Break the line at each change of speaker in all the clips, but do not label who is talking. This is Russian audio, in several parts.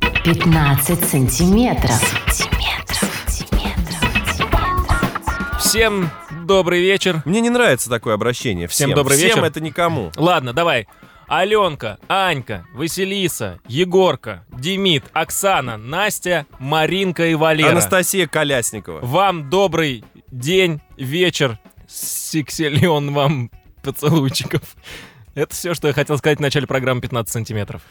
15 сантиметров.
Всем добрый вечер.
Мне не нравится такое обращение. Всем,
Всем добрый вечер.
Всем это никому.
Ладно, давай. Аленка, Анька, Василиса, Егорка, Демид, Оксана, Настя, Маринка и Валера.
Анастасия Колясникова.
Вам добрый день, вечер, сексиллион вам поцелуйчиков. Это все, что я хотел сказать в начале программы 15 сантиметров.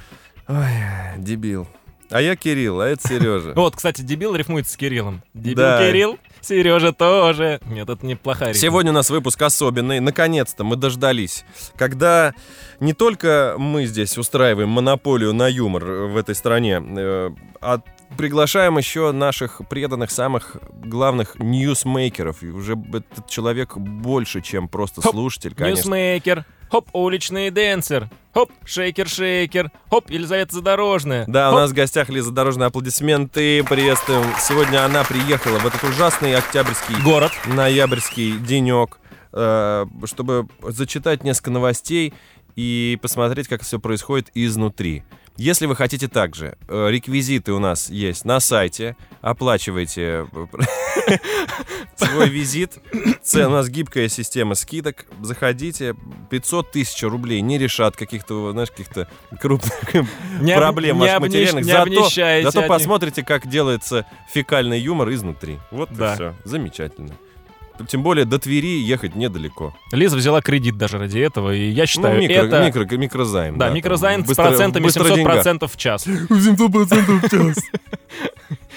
Дебил. А я Кирилл, а это Сережа.
Ну Вот, кстати, дебил рифмуется с Кириллом. Дебил
Да.
Кирилл, Сережа тоже. Нет, это неплохая рифма.
Сегодня у нас выпуск особенный. Наконец-то мы дождались, когда не только мы здесь устраиваем монополию на юмор в этой стране, э, а приглашаем еще наших преданных самых главных ньюсмейкеров. И уже этот человек больше, чем просто
Хоп,
слушатель, конечно.
Ньюсмейкер, хоп, уличный денсер, хоп, шейкер-шейкер, хоп, Елизавета Задорожная.
Да, у
хоп,
нас в гостях Лиза Дорожная. Аплодисменты. Приветствуем. Сегодня она приехала в этот ужасный октябрьский
город.
ноябрьский денек, э, чтобы зачитать несколько новостей и посмотреть, как все происходит изнутри. Если вы хотите также, э, реквизиты у нас есть на сайте, оплачивайте э, свой визит. Ц- У нас гибкая система скидок. Заходите, 500 тысяч рублей не решат каких-то, знаешь, каких-то крупных
Не об-
проблем
не
ваших
обнищ-
материальных.
не
Зато,
обнищаете
зато
от них.
посмотрите, как делается фекальный юмор изнутри. Вот
Да.
и все. Замечательно. Тем более до Твери ехать недалеко.
Лиза взяла кредит даже ради этого, и я считаю,
ну, микро,
это...
микро- микрозайм.
Да,
там,
микрозайн с
быстро-
процентами
быстро
700%
деньга.
процентов в час.
700% в час.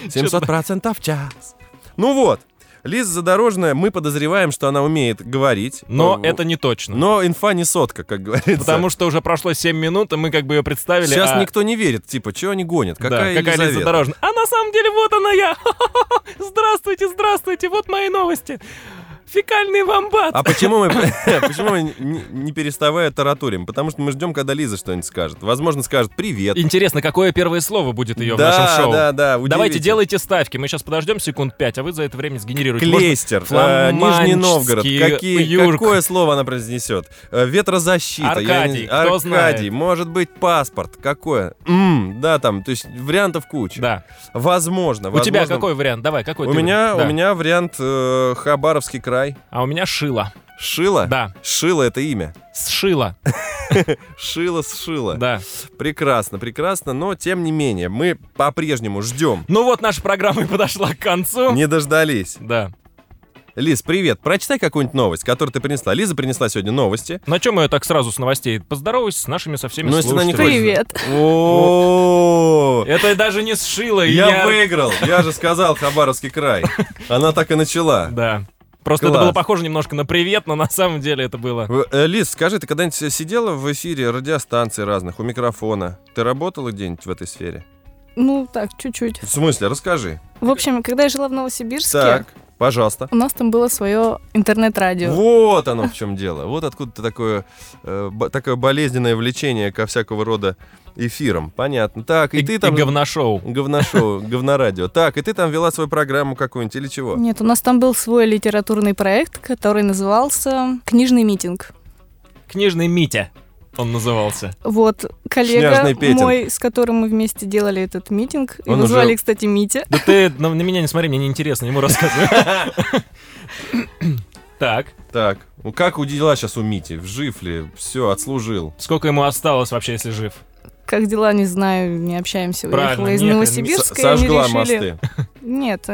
700% в час. Ну вот. Лиза Задорожная, мы подозреваем, что она умеет говорить.
Но
Ну,
это не точно.
Но инфа не сотка, как говорится.
Потому что уже прошло 7 минут, и мы как бы ее представили.
Сейчас
а-
никто не верит. Типа, чего они гонят?
Да,
Какая,
какая Лиза
Елизавета?
Дорожная. А на самом деле вот она я. Здравствуйте, здравствуйте, вот мои новости. Фекальный вамбат.
А почему мы, почему мы не- не, не переставая тараторим? Потому что мы ждем, когда Лиза что-нибудь скажет. Возможно, скажет «Привет».
Интересно, какое первое слово будет ее
да,
в нашем шоу?
да, да, удивите.
Давайте делайте ставки. Мы сейчас подождем секунд 5, а вы за это время сгенерируете. Может,
Клейстер, э, Нижний
фламандский
Новгород, какие,
юрк.
какое слово она произнесет? Э, Ветрозащита. я
Аркадий, кто
Аркадий,
знает?
может быть, паспорт, какое? М, да, там, то есть вариантов куча.
Да.
Возможно,
У тебя
возможно.
какой вариант? Давай, какой
У
ты выберешь?
меня, у
Да.
меня вариант э, Хабаровский край.
А у меня шило.
Шила?
Да.
Шила — это имя.
Сшило.
Шила с шила.
Да.
Прекрасно, прекрасно, но тем не менее, мы по-прежнему ждем.
Ну вот наша программа и подошла к концу.
Не дождались.
Да.
Лиз, привет. Прочитай какую-нибудь новость, которую ты принесла. Лиза принесла сегодня новости.
На чем я так сразу с новостей? Поздороваюсь с нашими со всеми
Ну, если она не
слушателями.
хочет.
Привет.
О,
Это даже не сшило. и
я выиграл. Я же сказал Хабаровский край. Она так и начала.
Да. Просто это
Класс.
было похоже немножко на привет, но на самом деле это было...
В- э, Лиз, скажи, ты когда-нибудь сидела в эфире радиостанций разных, у микрофона? Ты работала где-нибудь в этой сфере?
Ну, так, чуть-чуть.
В смысле? Расскажи.
В общем, когда я жила в Новосибирске,
Так, пожалуйста.
у нас там было свое интернет-радио.
Вот оно в чем дело. Вот откуда-то такое, э, бо- такое болезненное влечение ко всякого рода эфирам. Понятно. Так, и, ты там...
говношоу.
Говношоу, говнорадио. Так, и ты там вела свою программу какую-нибудь или чего?
Нет, у нас там был свой литературный проект, который назывался «Книжный митинг».
Книжный Митя он назывался.
Вот коллега
Шняжный Петинг.
мой, с которым мы вместе делали этот митинг,
Он
его
уже-
звали, кстати, Митя.
Да ты на, на меня не смотри, мне неинтересно, ему рассказывай. Так,
Так, ну как у дела сейчас у Мити? Жив ли? Все, отслужил.
сколько ему осталось вообще, если жив?
Как дела, не знаю, не общаемся.
Правильно,
Уехала из
не, хрен,
С-
Новосибирска, и они
Сожгла
решили-
мосты.
Нет,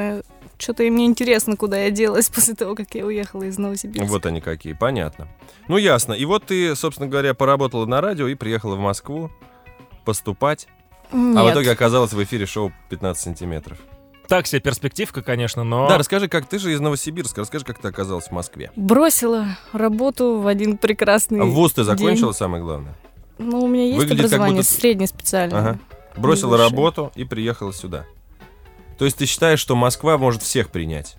что-то и мне интересно, куда я делась после того, как я уехала из Новосибирска.
Вот они какие, понятно. Ну ясно. И вот ты, собственно говоря, поработала на радио и приехала в Москву поступать.
Нет.
А в итоге оказалась в эфире шоу 15 сантиметров.
Так себе перспективка, конечно, но...
Да, расскажи, как ты же из Новосибирска, расскажи, как ты оказалась в Москве.
Бросила работу в один прекрасный
А вуз ты закончила,
день.
самое главное?
Ну, у меня есть
Выглядит как
образование
будто-
среднее специальное.
Ага. Бросила
высшее.
работу и приехала сюда. То есть ты считаешь, что Москва может всех принять?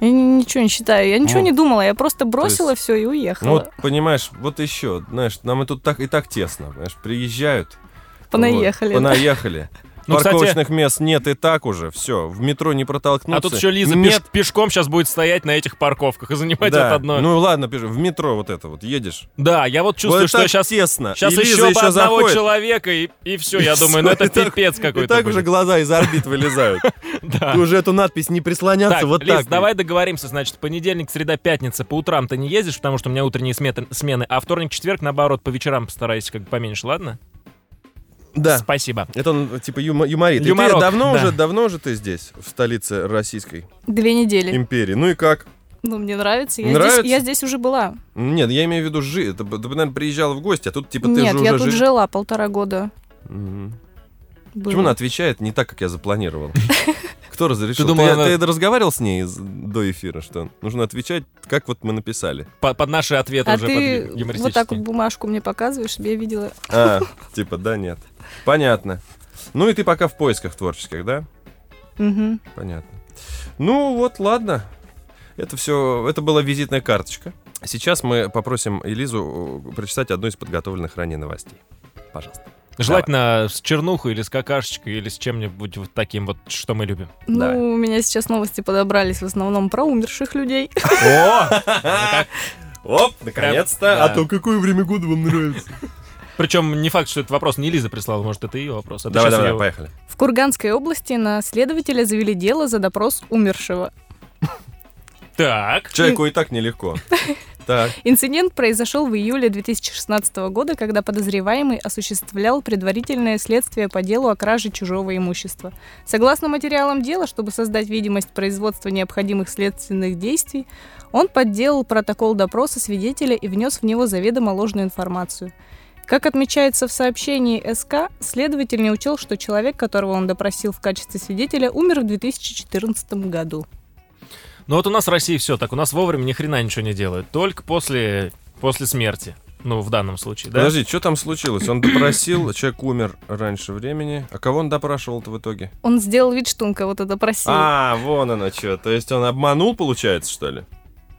Я ни- ничего не считаю, я ничего
Ну,
не думала, я просто бросила
есть-
все и
Ну
уехала.
вот, понимаешь, вот еще, знаешь, нам и тут так и так тесно, понимаешь, приезжают. вот,
Понаехали.
понаехали.
Ну, кстати-
Парковочных мест нет и так уже, все, в метро не протолкнуться.
А тут еще Лиза пеш-
нет.
пешком сейчас будет стоять на этих парковках и занимать
Да.
это одно.
Ну ладно, пиш- в метро вот это вот едешь.
да, я вот чувствую,
вот
что
так
сейчас,
тесно.
сейчас
и
еще,
Лиза
бы
еще
одного
заходит.
человека и, и все. Я
И
думаю, ну
всё,
это
и так-
пипец
И
какой-то.
так
будет.
уже глаза из орбит вылезают.
Да.
И уже эту надпись не прислоняться,
А. Так,
вот
Лиз,
так.
давай договоримся, значит, понедельник, среда, пятница по утрам ты не ездишь, потому что у меня утренние сметы- смены, а вторник, четверг, наоборот, по вечерам постарайся как бы поменьше, ладно?
Да.
Спасибо.
Это он типа юма- юморит. И ты
Юморок,
давно
да.
уже, давно уже ты здесь, в столице Российской
Две недели.
империи. Ну и как?
Ну, мне нравится. Я,
Нравится?
Здесь, я здесь уже была.
Нет, я имею в виду жи. Это, б- ты, наверное, приезжал в гости, а тут типа ты
Нет,
же
я
уже
тут
жи-
жила полтора года.
Мгм.
Было.
Почему она отвечает не так, как я запланировал? Кто разрешил?
Ты думала,
ты,
она-
ты разговаривал с ней из- до эфира, что нужно отвечать, как вот мы написали.
По- Под наши ответы
А
уже
ты
под юмористические.
вот так вот бумажку мне показываешь, чтобы я видела.
А, типа, да, нет. Понятно. Ну и ты пока в поисках творческих, да?
Мгм.
Понятно. Ну вот, ладно. Это все, это была визитная карточка. Сейчас мы попросим Элизу э, прочитать одну из подготовленных ранее новостей. Пожалуйста.
Желательно с чернухой или с какашечкой или с чем-нибудь вот таким вот, что мы любим.
Давай.
Ну, у меня сейчас новости подобрались в основном про умерших людей.
О!
Оп,
да.
наконец-то. А какое время года вам нравится?
Причем не факт, что этот вопрос не Лиза прислала, может, это ее вопрос. А ты
Ну, Давай,
щас
давай,
её-
поехали.
В Курганской области на следователя завели дело за допрос умершего.
Так.
Человеку и так нелегко. Так.
Инцидент произошел в июле 2016 года, когда подозреваемый осуществлял предварительное следствие по делу о краже чужого имущества. Согласно материалам дела, чтобы создать видимость производства необходимых следственных действий, он подделал протокол допроса свидетеля и внес в него заведомо ложную информацию. Как отмечается в сообщении СК, следователь не учел, что человек, которого он допросил в качестве свидетеля, умер в 2014 году.
Ну вот у нас в России все так. У нас вовремя ни хрена ничего не делают. Только после, после смерти. Ну, в данном случае, да?
Подожди, что там случилось? Он допросил, человек умер раньше времени. А кого он допрашивал-то в итоге?
Он сделал вид, что он кого-то допросил.
А, вон оно что. То есть он обманул, получается, что ли?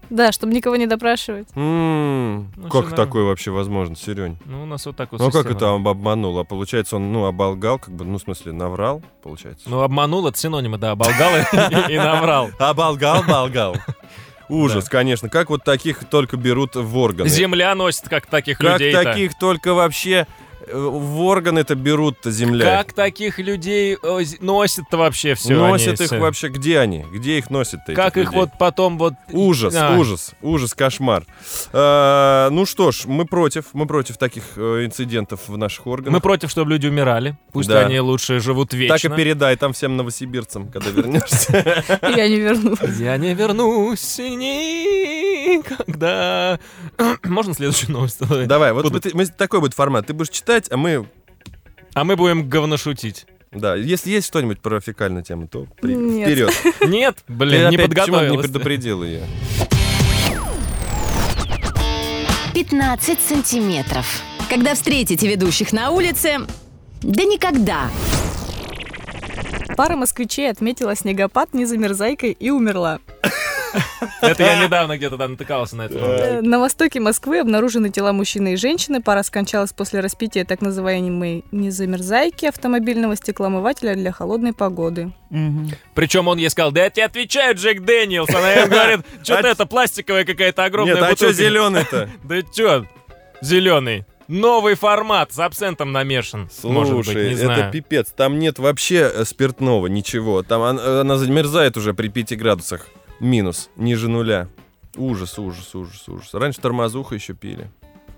Да, чтобы никого не допрашивать.
М,
Ну, всё
Как
нормально.
такое вообще возможно, Серень?
Ну, у нас вот так вот
Ну как
система.
это он обманул? А получается, он, ну, оболгал, как бы, ну, в смысле, наврал, получается.
Ну, обманул, это синонимы, да, оболгал и и наврал.
Оболгал, оболгал. Ужас, конечно. Как вот таких только берут в органы?
Земля носит как таких
Как
людей
таких только вообще э, в органы-то берут-то земля?
Как таких людей э, з- носит-то вообще все?
Носят их вообще, где они? Где их носят-то?
Как
этих
их
людей?
вот потом вот...
Ужас,
А.
ужас, ужас, кошмар. Э, ну что ж, мы против, мы против таких э, инцидентов в наших
Мы
органах.
против, чтобы люди умирали. Пусть
Да.
они лучше живут вечно.
так и передай там всем новосибирцам, когда вернешься.
Я не верну.
Я не вернусь никогда. Можно следующую новость?
Давай, вот
Буду.
мы- ты- мы- такой будет формат. Ты будешь читать, а мы...
А мы будем говношутить.
Да, если есть что-нибудь про фекальную тему, то при-
Нет.
вперед.
Нет,
Ты
блин, не
опять почему не
подготовилась.
предупредил ее.
15 сантиметров.
Когда встретите ведущих на улице, да никогда.
Пара москвичей отметила снегопад незамерзайкой и умерла.
Это я недавно где-то там натыкался на это.
Э, На востоке Москвы обнаружены тела мужчины и женщины. Пара скончалась после распития так называемой незамерзайки автомобильного стеклоомывателя для холодной погоды.
Причем он ей сказал, да я тебе отвечаю, Джек Дэниелс. Она ему говорит, что-то
А-
это пластиковая какая-то огромная
Нет, а
бутылка.
что зеленый-то?
Да чё, зеленый. Новый формат с абсентом намешан. Может быть,
Слушай,
не
это
знаю.
пипец. Там нет вообще э, спиртного, ничего. Там он- она, замерзает уже при 5 градусах. Минус, ниже нуля. Ужас, ужас, ужас, ужас. Раньше тормозуху еще пили.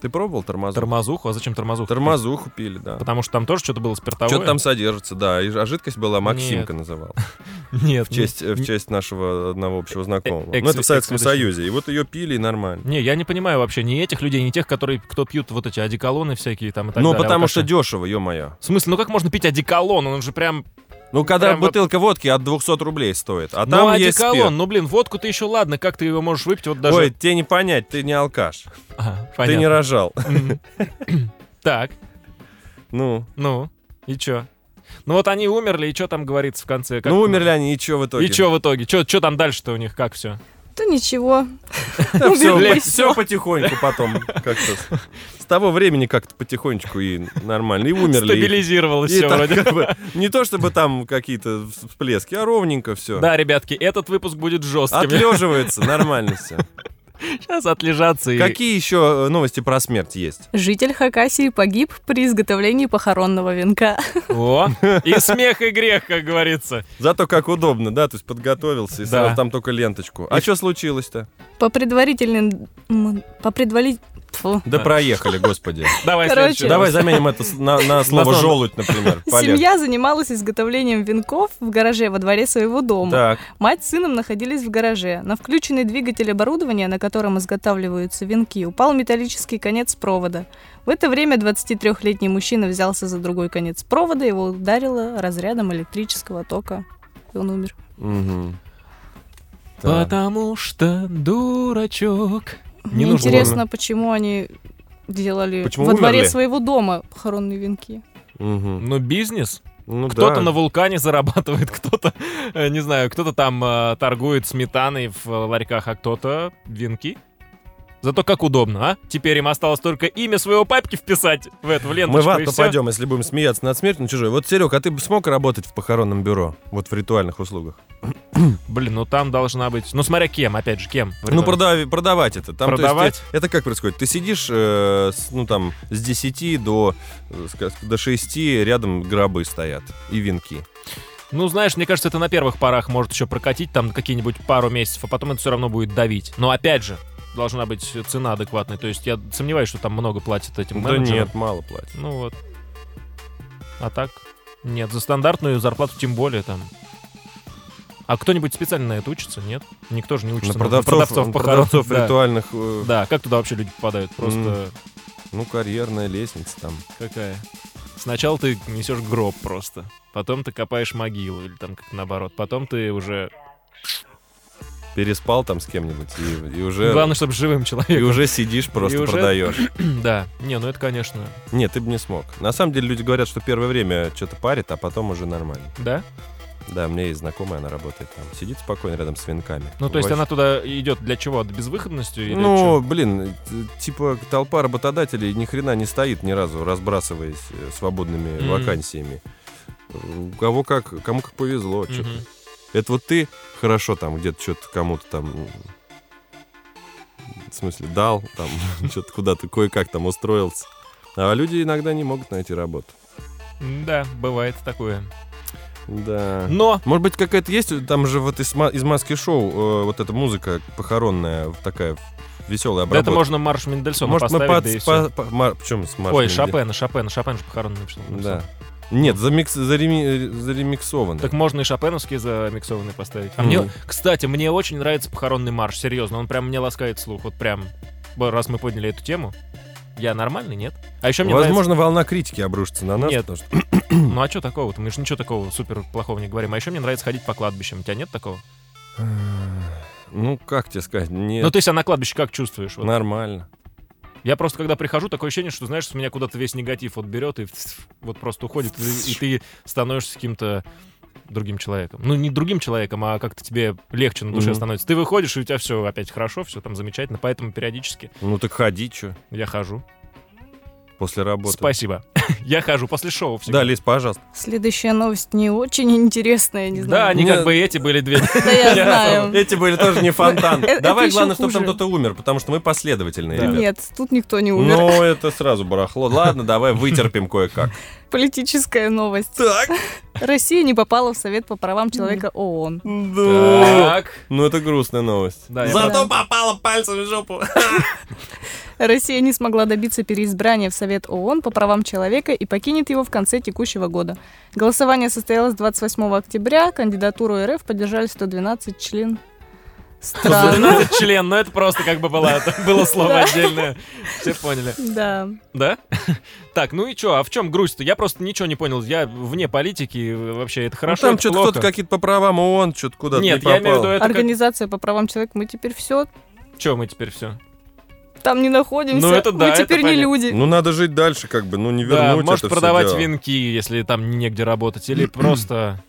Ты пробовал тормозуху?
Тормозуху? А зачем тормозуху?
Тормозуху пили, да.
Потому что там тоже что-то было спиртовое?
Что-то там содержится, да. И ж- а жидкость была Максимка называл.
Нет.
В честь, э, в
не-
честь нашего одного общего знакомого.
Э, экс-
ну, это в Советском
экс-ведущий.
Союзе. И вот ее пили и нормально.
Не, я не понимаю вообще ни этих людей, ни тех, которые, кто пьют вот эти одеколоны всякие там и так
Ну,
далее.
потому что
алкаши.
дешево, ё-моё.
В смысле, ну как можно пить одеколон? Он же прям...
Ну, когда
Прям вот-
бутылка водки от 200 рублей стоит, а
ну,
там есть
одеколон,
спирт.
ну блин, водку ты еще ладно, как ты его можешь выпить, вот даже...
Ой, тебе не понять, ты не алкаш.
Ага,
Ты не
понятно.
рожал.
Мгм. Так,
Ну,
ну, и чё? Ну вот они умерли, и что там говорится в конце? Как-
ну умерли они, и что в итоге?
И что в итоге? Что там дальше-то у них, как все?
Да ничего.
Все,
Легко.
потихоньку потом. Как-то с того времени как-то потихонечку и нормально. И умерли. и-
Стабилизировалось
и
все
так
вроде.
как бы Не то чтобы там какие-то всплески, а ровненько все.
Да, ребятки, этот выпуск будет жестким.
Отлеживается, нормально все.
Сейчас отлежаться и...
Какие еще новости про смерть есть?
Житель Хакасии погиб при изготовлении похоронного венка.
О, и смех, и грех, как говорится.
Зато как удобно, да, то есть подготовился и
Да.
сразу там только ленточку. А что случилось-то?
По предварительным... м, По предварит... Тьфу.
Да.
Да проехали, господи.
Давай
Короче.
следующую.
Давай заменим это с- на, на слово
слово.
желудь, например. Полет.
Семья занималась изготовлением венков в гараже во дворе своего дома.
Так,
Мать с сыном находились в гараже. На включенный двигатель оборудования, на котором изготавливаются венки, упал металлический конец провода. В это время 23-летний мужчина взялся за другой конец провода, его ударило разрядом электрического тока. И он умер.
мгм. Так.
Потому что дурачок. Не
Мне
нужно.
интересно, почему они делали
Почему
во дворе
умерли?
своего дома похоронные венки.
Мгм.
Ну, бизнес.
Ну
кто-то
да.
на вулкане зарабатывает, кто-то, э, не знаю, кто-то там э, торгует сметаной в э, ларьках, а кто-то венки. Зато как удобно, а? Теперь им осталось только имя своего папки вписать в эту ленточку.
Мы в ад
и всё.
попадем, если будем смеяться над смертью на чужой. Вот, Серег, а ты бы смог работать в похоронном бюро? Вот в ритуальных услугах?
Блин, ну там должна быть... Ну смотря кем, опять же, кем.
Ну, продави- продавать это. Там, то есть,
Продавать?
э, это как происходит? Ты сидишь, э, с, ну, там, с 10 до, э, сказ- до 6 рядом гробы стоят и венки.
Ну, знаешь, мне кажется, это на первых порах может еще прокатить там какие-нибудь пару месяцев, а потом это все равно будет давить. Но опять же, должна быть цена адекватная. То есть я сомневаюсь, что там много платят этим
Да
менеджерам.
нет, мало платят.
Ну вот. А так? Нет, за стандартную зарплату тем более там. А кто-нибудь специально на это учится? Нет? Никто же не
На
учится.
продавцов,
продавцов,
на
похорон.
продавцов
да.
ритуальных, э,
Да, как туда вообще люди попадают? Просто
М. ну, карьерная лестница там.
какая? Сначала ты несешь гроб просто, потом ты копаешь могилу или там как наоборот, потом ты уже...
Переспал там с кем-нибудь и, и уже...
Главное, чтобы живым человеком.
И уже сидишь, просто
И уже-
продаешь.
Да, не, ну это, конечно,
Нет, ты бы не смог. На самом деле люди говорят, что первое время что-то парит, а потом уже нормально.
да?
Да, мне есть знакомая, она работает там. Сидит спокойно рядом с венками.
Ну, то есть
Вообще.
она туда идет для чего? От безвыходности или
Ну, блин, т- типа толпа работодателей ни хрена не стоит ни разу, разбрасываясь э, свободными
Мгм.
вакансиями. У кого как, кому как повезло.
чё?
чё-то.
Мгм.
Это вот ты хорошо там где-то что-то кому-то там... м, В смысле, дал, там, что-то куда-то кое-как там устроился. А люди иногда не могут найти работу.
Да, бывает такое.
Да.
Но
Может быть, какая-то есть, э, там же вот из, ма- из маски шоу э, вот эта музыка похоронная, такая веселая
Да
обработка.
это можно марш Мендельсона
Может, мы
поставить,
под...
да и всё.
по- по- мар- Причем с маршем
Ой,
иди.
Шопена, Шопена, Шопен же похоронный написал.
Да. Нет, замикс... зареми... заремиксовано.
Так можно и шопеновские замиксованные поставить. А
Мгм.
мне, кстати, мне очень нравится похоронный марш, серьезно. Он прям мне ласкает слух, вот прям. Бо- Раз мы подняли эту тему, я нормальный, нет? А еще мне
Возможно, волна критики обрушится на нас.
Нет.
потому что-
нравится... Ну а что такого-то? Мы же ничего такого супер плохого не говорим. А еще мне нравится ходить по кладбищам. У тебя нет такого?
а, Ну, как тебе сказать? Нет,
Ну ты себя на кладбище как чувствуешь? Вот.
нормально.
Я просто когда прихожу, такое ощущение, что, знаешь, с меня куда-то весь негатив вот берет и вот просто уходит, и, и ты становишься каким-то другим человеком. Ну, не другим человеком, а как-то тебе легче на душе
Мгм.
становится. Ты выходишь, и у тебя все опять хорошо, все там замечательно, поэтому периодически
Ну, так ходи, что,
я хожу.
после работы.
Спасибо. я хожу после шоу всегда.
Да, Лиз, пожалуйста.
Следующая новость не очень интересная, не
Да,
знаю.
они
Мне-
как бы и эти были две.
Да, я знаю.
Эти были тоже не фонтан.
Э, это
Давай,
ещё
главное, чтобы там
хуже.
кто-то умер, потому что мы последовательные,
Да.
ребят.
Нет, тут никто не умер.
Ну, это сразу барахло. Ладно, давай вытерпим кое-как.
Политическая новость.
Так.
Россия не попала в Совет по правам человека ООН.
Ну, ну это грустная новость.
Да, я
Зато попала пальцем в жопу.
Россия не смогла добиться переизбрания в Совет ООН по правам человека и покинет его в конце текущего года. Голосование состоялось 28 октября. Кандидатуру РФ поддержали 112 член стран.
12 член, но это просто как бы было, было слово отдельное. Все поняли.
Да.
Да? Так, ну и что, а в чем грусть-то? Я просто ничего не понял. Я вне политики, э, вообще это хорошо,
Ну, там
это
что-то
плохо.
кто-то какие-то по правам ООН что-то куда-то
Нет,
не
я имею в виду
попал.
это как...
Организация по правам человека. Мы теперь все
Че мы теперь все?
там не находимся.
Ну, это да,
Мы
это
теперь не
понятно.
люди.
Ну надо жить дальше, как бы, ну не
Да,
вернуть
может
это всё
продавать
дело.
венки, если там негде работать, или просто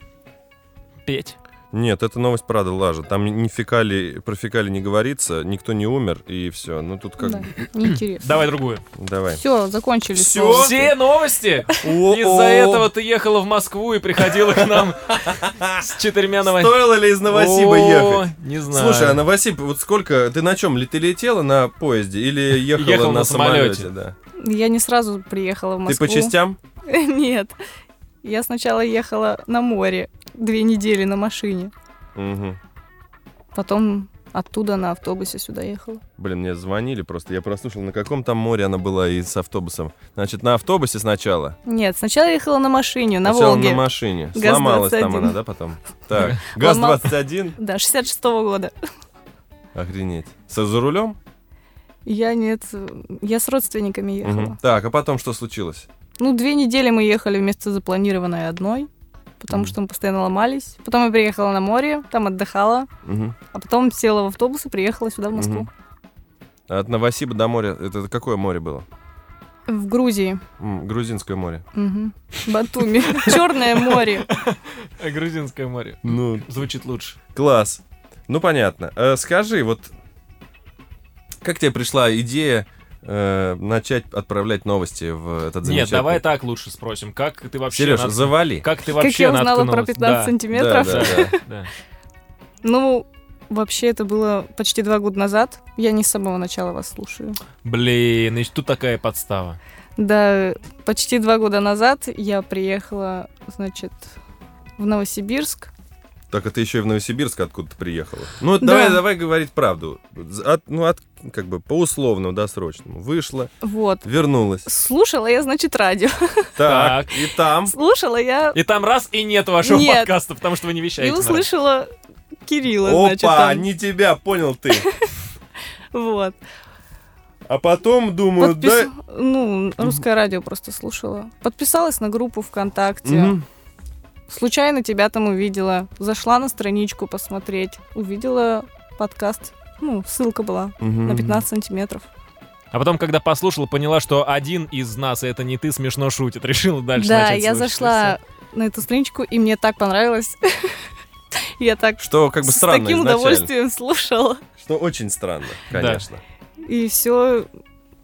петь.
Нет, эта новость, правда, лажа. Там ни фекали, про фекали не говорится, никто не умер, и все. Ну тут как...
Да, неинтересно.
Давай другую.
Давай.
Все, закончили.
Всё?
снова.
Все новости? Из-за этого ты ехала в Москву и приходила к нам с четырьмя новостями.
Стоило ли из Новосиба
О,
ехать?
Не знаю.
Слушай, а Новосиб, вот сколько... Ты на чем? Ты летела на поезде или ехала
Ехал
на
на самолёте.
самолете? Да.
Я не сразу приехала в
Ты
Москву.
по частям?
Нет. Я сначала ехала на море две недели на машине.
Мгм.
Потом оттуда на автобусе сюда ехала.
Блин, мне звонили просто. Я прослушал, на каком там море она была и с автобусом. Значит, на автобусе сначала.
Нет, сначала ехала на машине, на
Сначала
Волге.
на машине.
ГАЗ-21.
Сломалась там она, да, потом? Так, ГАЗ-21.
Да, 66-го года.
Охренеть. Со- За рулем?
Я нет, я с родственниками ехала.
Мгм. Так, а потом что случилось?
Ну, две недели мы ехали вместо запланированной одной, потому
Мгм.
что мы постоянно ломались. Потом я приехала на море, там отдыхала,
Мгм.
а потом села в автобус и приехала сюда, в Москву.
Мгм. От Новосиба до моря. Это какое море было?
В Грузии.
М, Грузинское море.
Мгм. Батуми. Черное море.
А Грузинское море.
Ну,
Звучит лучше.
класс. Ну, понятно. Э, Скажи, вот как тебе пришла идея э, начать отправлять новости в этот замечательный...
Нет, давай так лучше спросим. Как ты вообще...
Сереж,
нат-
завали.
Как ты
Как
вообще
я узнала про
наткнулась?
15
Да,
Да,
сантиметров.
да,
да, да.
Ну, вообще это было почти два года назад. Я не с самого начала вас слушаю.
Блин, и тут такая подстава.
Да, почти два года назад я приехала, значит, в Новосибирск.
Так это еще и в Новосибирск откуда-то приехала. Ну, вот
Да.
давай, давай говорить правду. От- ну, от, как бы по условному, досрочному. Вышла,
Вот.
вернулась.
Слушала я, значит, радио.
Так, и там.
Слушала я
И там раз, и нет вашего
Нет.
подкаста, потому что вы не
и
вещаете. на раз.
услышала Кирилла, значит,
Опа,
там.
не тебя, понял ты.
Вот.
А потом думаю,
Подпис-
да.
Ну, русское радио просто слушала. Подписалась на группу ВКонтакте.
Мгм.
Случайно тебя там увидела. Зашла на страничку посмотреть. Увидела подкаст. Ну, ссылка была
Мгм.
на 15 сантиметров.
А потом, когда послушала, поняла, что один из нас, и это не ты, смешно шутит. Решила дальше
да,
начать
я
слушать, и
зашла на эту страничку, и мне так понравилось. Я так
Что как бы
с
странно
таким
изначально.
удовольствием слушала.
Что очень странно,
Да.
конечно.
И все.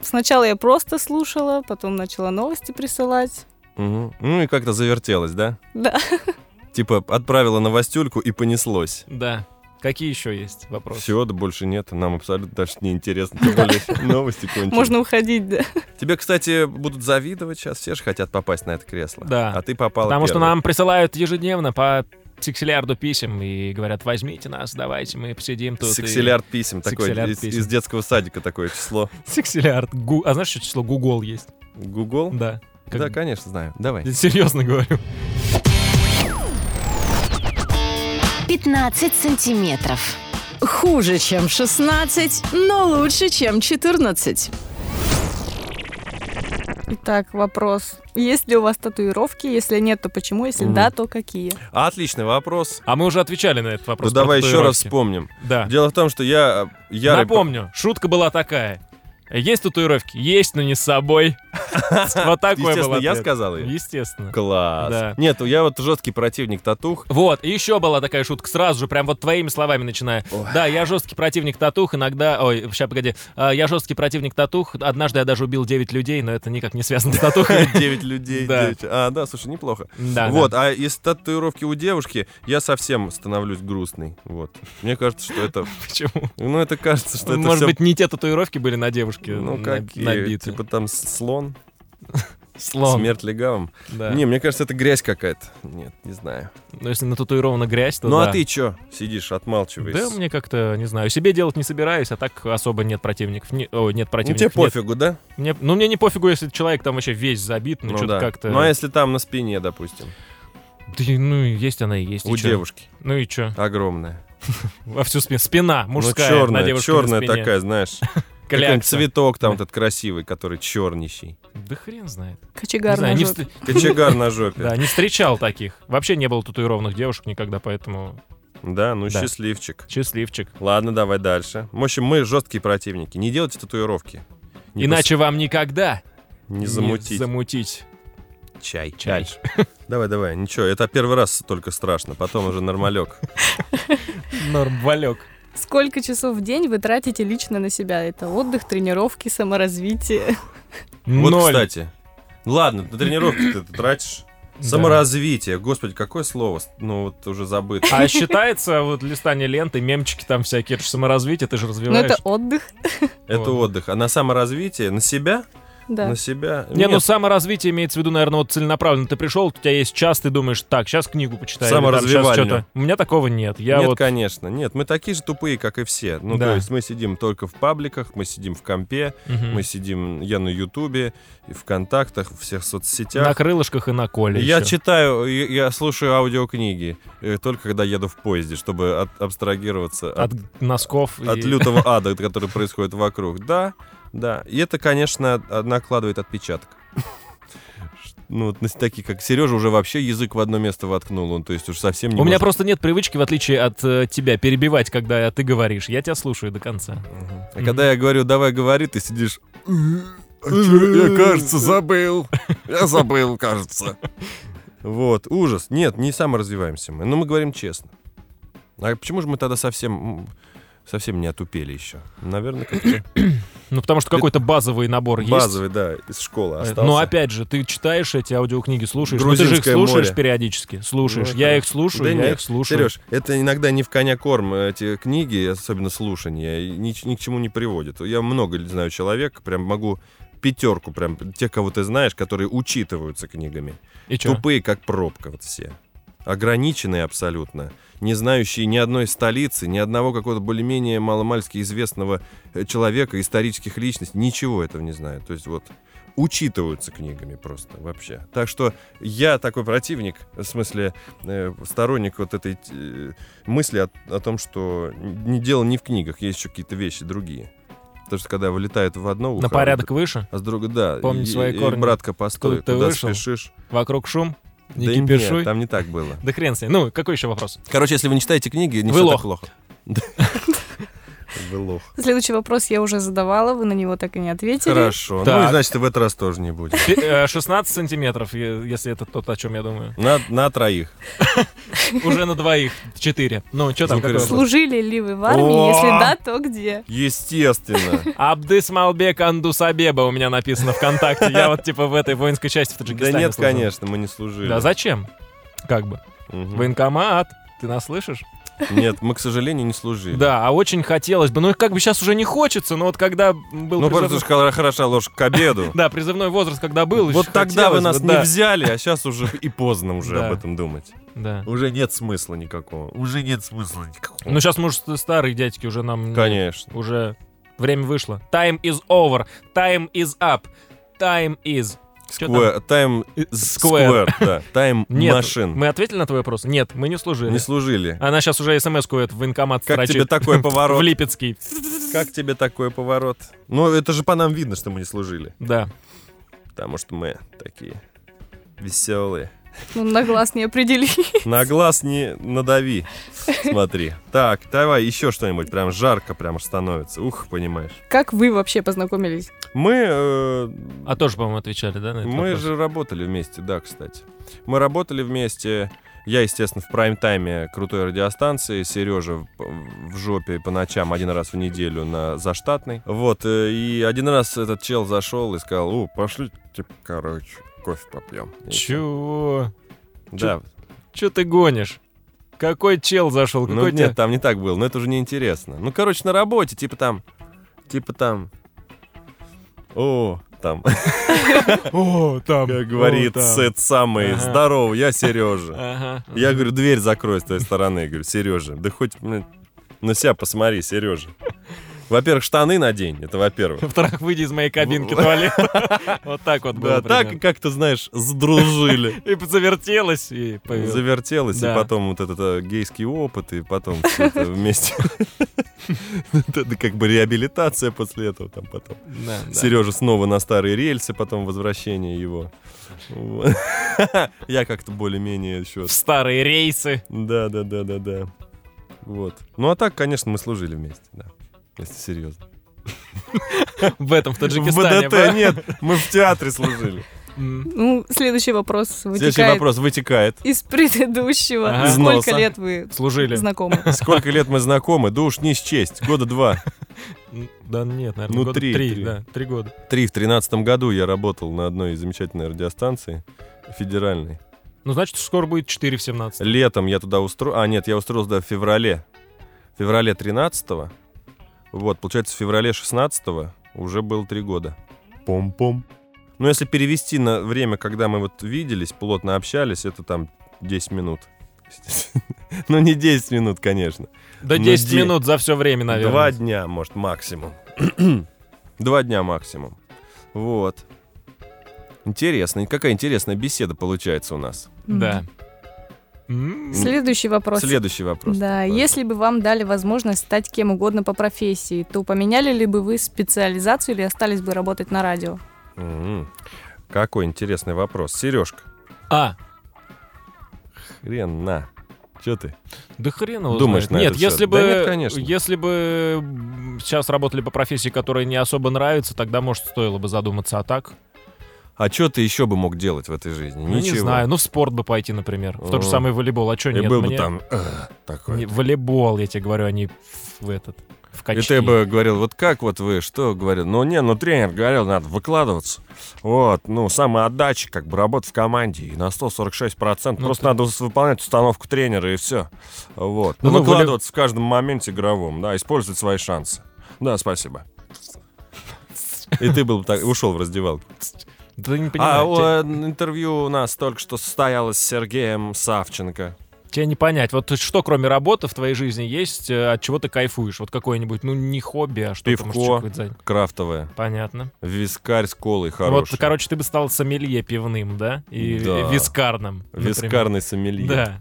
Сначала я просто слушала, потом начала новости присылать.
Мгм. Ну и как-то завертелось, да?
Да.
Типа отправила новостюльку и понеслось.
всё. Да. Какие еще есть вопросы?
Все, да больше нет, нам абсолютно даже не интересно, тем более новости кончились.
Можно уходить, да.
Тебе, кстати, будут завидовать сейчас, все же хотят попасть на это кресло.
Да.
А ты попала
Потому что
первой.
нам присылают ежедневно по сексилиарду писем и говорят, возьмите нас, давайте мы посидим тут. и-
Сексилиард писем, такой
Сексилиард
из,
писем.
из детского садика такое число.
Сексилиард. Гу- А знаешь, что число Google есть?
Google?
Да. Как-
Да, конечно, знаю. Давай.
Серьезно говорю.
15 сантиметров.
Хуже, чем 16, но лучше, чем 14.
Итак, вопрос. Есть ли у вас татуировки? Если нет, то почему? Если
Мгм.
да, то какие?
А, Отличный вопрос.
А мы уже отвечали на этот
Ну
вопрос. про
давай еще раз
татуировки.
вспомним.
Да.
Дело в том, что я э, ярый...
Напомню, шутка была такая. Есть татуировки? Есть, но не с собой. Вот такой был
Естественно, я
ответ.
сказал ее.
Естественно.
Класс.
Да.
Нет, я вот жесткий противник татух.
Вот, и еще была такая шутка, сразу же, прям вот твоими словами начиная.
Ой.
Да, я жесткий противник татух, иногда... Ой, сейчас, погоди. А, Я жесткий противник татух. Однажды я даже убил 9 людей, но это никак не связано с татухами.
Девять людей.
Да.
девять- А, да, слушай, неплохо.
Да,
вот,
да.
а из татуировки у девушки я совсем становлюсь грустный. Вот. Мне кажется, что это...
Почему?
Ну, это кажется, что это
Может
всё-
быть, не те татуировки были на девушке
Ну,
на-
какие?
набиты.
Типа там слон,
Слон.
смерть легавым.
Да.
Не, мне кажется, это грязь какая-то. Нет, не знаю.
Ну, если нататуирована грязь, то
ну,
да.
а ты чё? Сидишь, отмалчиваешься.
Да, мне как-то, не знаю, себе делать не собираюсь, а так особо нет противников. Не- ой, нет
Ну, тебе
противников. нет.
пофигу, да?
Мне, ну, мне не пофигу, если человек там вообще весь забит, ну, что-то
да.
как-то...
Ну, а если там на спине, допустим,
Да и, ну, есть она и есть. и
у
чё?
девушки
Ну и что?
огромная.
Во всю спину. Спина мужская
ну,
на
черная,
девушке
черная
на спине.
такая, знаешь. Какой-нибудь
Клякса.
цветок там
Да.
этот красивый, который чернищий.
Да хрен знает.
Кочегар
не знаю,
на
не
жопе.
встр-
Кочегар на жопе.
Да, не встречал таких. Вообще не было татуированных девушек никогда, поэтому
Да, ну
Да.
счастливчик.
счастливчик.
Ладно, давай дальше. В общем, мы жесткие противники. Не делайте татуировки. Не
Иначе вам никогда
пос- Не замутить.
замутить
Чай.
Чай.
Дальше. Давай, давай, ничего, это первый раз только страшно, потом уже нормалек.
Нормалек.
Сколько часов в день вы тратите лично на себя? Это отдых, тренировки, саморазвитие.
Вот,
Ноль.
кстати. Ладно, на тренировки ты тратишь.
Да.
Саморазвитие. Господи, какое слово? Ну, вот уже забыто.
А считается вот листание ленты, мемчики там всякие, это же саморазвитие, ты же
Но Ну, это
развиваешь.
отдых,
Это
Вот.
отдых. А на саморазвитие? На себя?
да.
На себя?
Не, ну
Нет,
саморазвитие имеется в виду, наверное, вот целенаправленно. Ты пришел, у тебя есть час, ты думаешь, так, сейчас книгу почитаю. или там щас
Саморазвивальню.
чё-то». У меня такого нет. Я
Нет,
вот...
конечно. Нет, мы такие же тупые, как и все. Ну,
Да.
то есть мы сидим только в пабликах, мы сидим в компе,
мгм.
мы сидим, я на Ютубе, и в контактах, в всех соцсетях.
На крылышках и на коле.
Я
ещё.
читаю, я я слушаю аудиокниги э, только когда еду в поезде, чтобы от- абстрагироваться от,
От носков. и-
от лютого ада, который происходит вокруг. Да, да. И это, конечно, от- накладывает отпечаток. Ну, вот на такие, как Сережа, уже вообще язык в одно место воткнул. Он, то есть, уж совсем не
У меня
может-
просто нет привычки, в отличие от э, тебя, перебивать, когда ты говоришь. Я тебя слушаю до конца.
Мгм. А
Мгм.
когда я говорю, давай говори, ты сидишь... «А чё,
Э,
Я, кажется, забыл. Я забыл, кажется. Вот, ужас. Нет, не саморазвиваемся мы, но мы говорим честно. А почему же мы тогда совсем, м, совсем не отупели еще? Наверное, как-то
Ну, потому что какой-то базовый набор есть.
базовый, да, из школы остался.
Но опять же, ты читаешь эти аудиокниги, слушаешь. Ну, ты же их
Грузинское
слушаешь
море.
периодически. Слушаешь.
Ну,
я
это-
их слушаю,
Да
я
нет,
их слушаю.
Сереж, это иногда не в коня корм э, эти книги, особенно слушания, и ни, ни к чему не приводит. Я много ли знаю человек, прям могу пятерку, прям тех, кого ты знаешь, которые учитываются книгами.
И чё?
Тупые, как пробка, вот все. Ограниченные абсолютно, не знающие ни одной столицы, ни одного какого-то более-менее маломальски известного э, человека, исторических личностей, ничего этого не знают. То есть вот учитываются книгами просто вообще. Так что я такой противник, в смысле э, сторонник вот этой э, мысли о, о том, что не дело не в книгах, есть еще какие-то вещи другие. Потому что когда вылетает в одно ухо,
На порядок выше?
а с друга, да.
Помни
и-
свои
и,
корни.
братка, постой,
Откуда ты
куда
вышел?
спешишь?
Вокруг шум? Не
да
кипишуй?
нет, там не так было.
Да хрен с ней. Ну, какой еще вопрос?
Короче, если вы не читаете книги, не
Вы
всё
лох.
так плохо. Вы лох.
Следующий вопрос я уже задавала, вы на него так и не ответили.
Хорошо. Ну,
Так.
и значит, и в этот раз тоже не будет.
Пе- э, 16 сантиметров, е- если это тот, о чем я думаю.
На, на троих.
Уже на двоих. Четыре. Ну, что там?
Звукорежиссер.
какой вопрос?
Служили ли вы в армии?
О!
Если да, то где?
Естественно.
Абдыс Малбек Андусабеба у меня написано ВКонтакте. Я вот типа в этой воинской части в
Да
Таджикистане.
нет,
служил.
конечно, мы не служили.
Да зачем? Как бы.
Мгм.
Военкомат. Ты нас слышишь?
Нет, мы, к сожалению, не служили.
Да, а очень хотелось бы. Ну, и как бы сейчас уже не хочется, но вот когда был
Ну,
призывной...
просто ж хоро- хороша ложь к обеду.
Да, призывной возраст, когда был,
Вот
ещё
тогда вы
хотелось
нас
бы,
не
да.
взяли, а сейчас уже и поздно уже
Да.
об этом думать.
Да.
Уже нет смысла никакого. Уже нет смысла никакого.
Ну, сейчас, может, старые дядьки уже нам... ну,
Конечно.
Уже время вышло. Time is over. Time is up. Time is... Чё там?
Сквер- Тайм
Э,
сквер, да. Тайм
Нет,
машин.
мы ответили на твой вопрос? Нет, мы не служили.
Не служили.
Она сейчас уже смс-ку в военкомат
Как
строчит.
тебе такой
В
поворот?
Липецкий.
Как тебе такой поворот? Ну, это же по нам видно, что мы не служили.
Да.
Потому что мы такие веселые.
Ну, на глаз не определи.
На глаз не надави. Смотри. Так, давай еще что-нибудь. Прям жарко прям аж становится. Ух, понимаешь.
Как вы вообще познакомились?
Мы... э,
А тоже, по-моему, отвечали, да? на этот
Мы
вопрос?
же работали вместе, да, кстати. Мы работали вместе. Я, естественно, в прайм-тайме крутой радиостанции. Сережа в, в жопе по ночам один раз в неделю на заштатной. Вот, э, и один раз этот чел зашел и сказал, о, пошли, типа, короче, кофе попьем. И
Чего?
Да.
Че ты гонишь? Какой чел зашел?
Ну,
Какой
нет,
тебе-
там не так было, но это уже неинтересно. Ну, короче, на работе, типа там, типа там, о, там,
О, там.
как
о,
говорит
там.
этот самый,
Ага.
здорово, я Сережа.
Ага.
Я говорю, дверь закрой с той стороны. Я говорю, Сережа, да хоть блин, на себя посмотри, Сережа. Во-первых, штаны надень, это во-первых.
Во-вторых, выйди из моей кабинки туалета. Вот так вот было.
Да, так,
примерно.
как ты знаешь, сдружили.
И завертелась, и повез.
Завертелось,
Да.
и потом вот этот э, гейский опыт, и потом все это вместе. Это как бы реабилитация после этого там потом.
Да, да.
Сережа снова на старые рельсы, потом возвращение его. Вот. Я как-то более-менее еще...
В старые рейсы.
Да, да, да, да, да. Вот. Ну а так, конечно, мы служили вместе, да. Если серьезно.
В этом, в
В
Таджикистане.
БДТ нет, мы в театре служили.
М.
Ну, следующий вопрос вытекает
Следующий вопрос вытекает.
из предыдущего.
Ага.
Из
Сколько
носа.
лет вы
Служили.
знакомы?
Сколько лет мы знакомы? Да уж не счесть. Года два.
М, Да нет, наверное,
Ну,
года
три,
три,
три.
да, три года.
Три. В тринадцатом году я работал на одной замечательной радиостанции федеральной.
Ну, значит, скоро будет 4 в 17.
Летом я туда устроил... А, нет, я устроился да, в феврале. В феврале 13-го. Вот, получается, в феврале 16-го уже было три года. Пом-пом. Ну, если перевести на время, когда мы вот виделись, плотно общались, это там 10 минут. Ну, не 10 минут, конечно.
Да
Ну,
10
де-
минут за все время, наверное.
Два дня, может, максимум. Два дня максимум. Вот. Интересно, какая интересная беседа получается у нас.
Да. М.
Следующий вопрос.
Следующий вопрос.
Да,
Пожалуйста.
если бы вам дали возможность стать кем угодно по профессии, то поменяли ли бы вы специализацию или остались бы работать на радио?
М. Какой интересный вопрос. Сережка,
А,
хрен на. Че ты?
да хрен его
Думаешь
знает. Нет,
на это всё?
если
Да
бы,
нет, конечно.
если бы м, сейчас работали по профессии, которая не особо нравится, тогда, может, стоило бы задуматься. А так,
А что ты еще бы мог делать в этой жизни?
ну,
Ничего.
не знаю, ну, в спорт бы пойти, например, в тот же
О.
самый волейбол. А что
И
нет?
был бы
мне-
там э, такой.
Не, волейбол, я тебе говорю, они в этот, в
И
качки.
ты бы говорил, вот как вот вы, что говорил? Ну, не, ну, тренер говорил, надо выкладываться. Вот, ну, самоотдача, как бы работа в команде, и на 146%.
Ну,
Просто надо выполнять установку тренера, и все. Вот.
Ну,
Ну,
ну,
выкладываться в каждом моменте игровом, да, использовать свои шансы. Да, спасибо. И ты был бы так, ушел в раздевалку.
Да не
А
понимаю, те-
о, интервью у нас только что состоялось с Сергеем Савченко.
Тебя не понять. Вот что, кроме работы, в твоей жизни есть, э, от чего ты кайфуешь? Вот какое-нибудь, ну, не хобби, а что ты, может,
Пивко.
чё-нибудь занять?
Крафтовое.
Понятно.
Вискарь с колой
Вот,
хороший.
короче, ты бы стал сомелье пивным, да? И,
Да.
и вискарным. например.
Вискарный сомелье.
Да.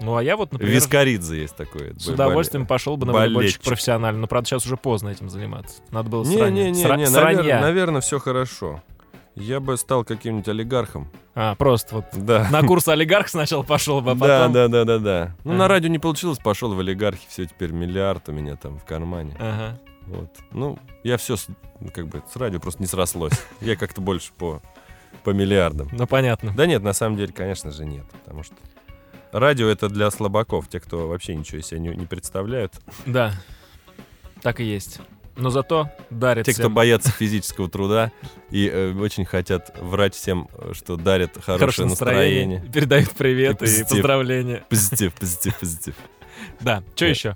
Ну, а я вот, например,
Вискаридзе есть такое.
с удовольствием пошел бы на
болельщик.
волейбольщик профессионально. Но, правда, сейчас уже поздно этим заниматься. Надо было сранья. Сра-
Не-не-не,
сранья.
наверное, все хорошо. Я бы стал каким-нибудь олигархом.
А, просто вот
Да.
на курс олигарх сначала пошел бы, а
Да,
потом...
да, да, да, да. Ну, на
Ага.
радио не получилось, пошел в олигархи, все теперь миллиард у меня там в кармане.
Ага.
Вот. Ну, я все как бы с радио просто не срослось. Я как-то больше по, по миллиардам.
Ну, понятно.
Да нет, на самом деле, конечно же, нет. Потому что радио это для слабаков, те, кто вообще ничего из себя не, не представляют.
Да. Так и есть. Но зато дарит
Те, кто
всем
боятся физического труда и э, очень хотят врать всем, э, что дарят хорошее,
хорошее
настроение.
настроение, передают привет
И
и,
позитив.
поздравления.
Позитив, позитив, позитив.
Да, что
Да.
еще?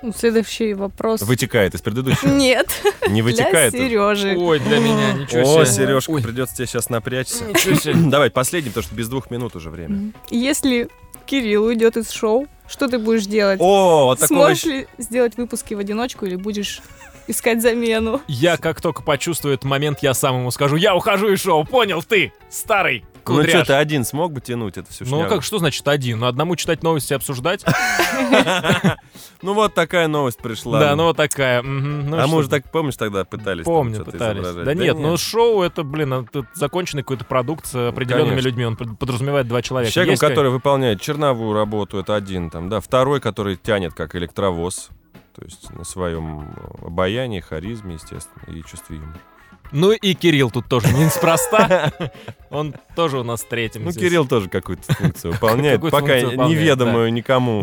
Ну, Следующий вопрос
Вытекает из предыдущего.
Нет,
Не
для
вытекает. это?
Сережи.
Ой, для меня ничего себе.
О, Сережка,
Ой,
придется тебе сейчас напрячься.
ничего себе.
Давай, последний, потому что без двух минут уже время.
Если Кирилл уйдет из шоу, что ты будешь делать?
О, вот такого
Сможешь
еще.
ли сделать выпуски в одиночку или будешь искать замену?
Я как только почувствую этот момент, я сам ему скажу, я ухожу из шоу, понял ты, старый
Ну что,
кудряш.
ты один смог бы тянуть это всю
Ну
шнягу?
как, что значит один? Ну одному читать новости, обсуждать?
Ну вот такая новость пришла.
Да, ну вот такая. мгм, ну
а
что
мы уже
ты.
так, помнишь, тогда пытались там
Помню,
что-то
пытались.
изображать?
Да нет, ну шоу это, блин, это законченный какой-то продукт с определенными
Ну, Конечно.
людьми, он под- подразумевает два человека.
С человеком,
Есть
который выполняет черновую работу, это один там, да. Второй, который тянет как электровоз, то есть на своем обаянии, харизме, естественно, и чувстве юмора.
Ну и Кирилл тут тоже неспроста. Он тоже у нас третьим.
Ну,
здесь.
Кирилл тоже какую-то функцию выполняет,
Какую-то
пока
функцию выполняет,
неведомую никому.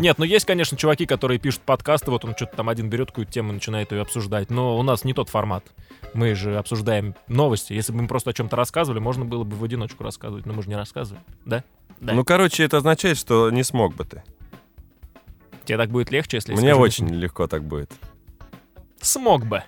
Нет, ну есть, конечно, чуваки, которые пишут подкасты, вот он что-то там один берет какую-то тему и начинает ее обсуждать, но у нас не тот формат. Мы же обсуждаем новости. Если бы мы просто о чем-то рассказывали, можно было бы в одиночку рассказывать, но мы же не рассказываем, да? Да.
Ну, короче, это означает, что не смог бы ты.
Тебе так будет легче, если... я
Мне
скажу,
очень легко так будет.
Смог бы.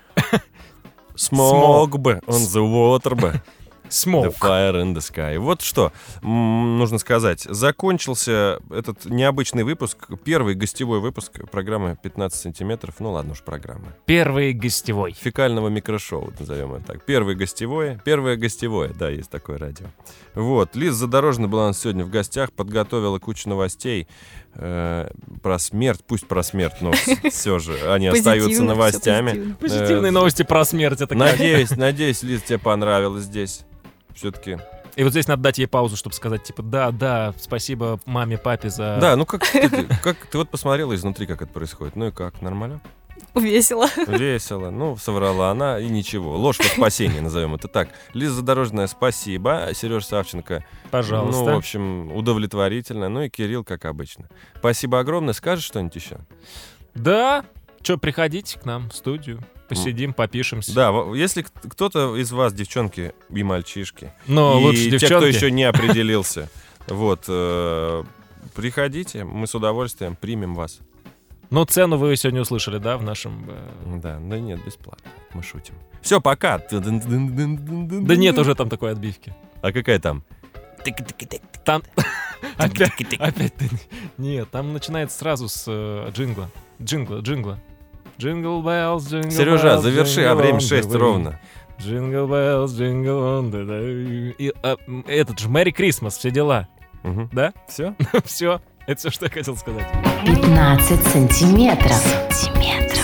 Смог бы, он the water бы. The
Смог.
Fire in the Sky. Вот что м, нужно сказать. Закончился этот необычный выпуск, первый гостевой выпуск программы 15 сантиметров. Ну ладно уж, программы.
Первый гостевой.
Фекального микрошоу, назовем это так. Первое гостевое. Первое гостевое, да, есть такое радио. Вот, Лиз Задорожная была у нас сегодня в гостях, подготовила кучу новостей э, про смерть. Пусть про смерть, но все же они остаются
Позитивно, всё
новостями.
позитивно.
Позитивные
Э,
новости про смерть. Это как-
Надеюсь, надеюсь, Лиз, тебе понравилось здесь. Все-таки
И вот здесь надо дать ей паузу, чтобы сказать, типа, да, да, спасибо маме, папе за...
Да, ну как, ты- как ты вот посмотрела изнутри, как это происходит. Ну и как, нормально?
Весело.
Весело. Ну, соврала она, и ничего. Ложь по спасению, назовем это так. Лиза Задорожная, спасибо. Сереж Савченко,
Пожалуйста.
ну, в общем, удовлетворительно. Ну и Кирилл, как обычно. Спасибо огромное. Скажешь что-нибудь еще?
Да. Че, приходите к нам в студию. Посидим, попишемся.
Да, во- если к- кто-то из вас, девчонки и мальчишки,
Но
и
лучше
те, кто
девчонки.
еще не определился, вот, э, приходите, мы с удовольствием примем вас.
Но Ну, цену вы сегодня услышали, да, в нашем... э,
Да, да нет, бесплатно, мы шутим. Все, пока. Да
Да нет уже там такой отбивки.
А какая там?
Там... Опять опять ты... Нет, там начинается сразу с э, джингла. Джингла, джингла. Джингл беллс, джингл
Сережа, заверши, а время 6 ровно.
Джингл беллс, джингл И а, м, этот же Мэри Крисмас, все дела. Да?
Все?
Все. Это все, что я хотел сказать.
15 сантиметров. Сантиметров.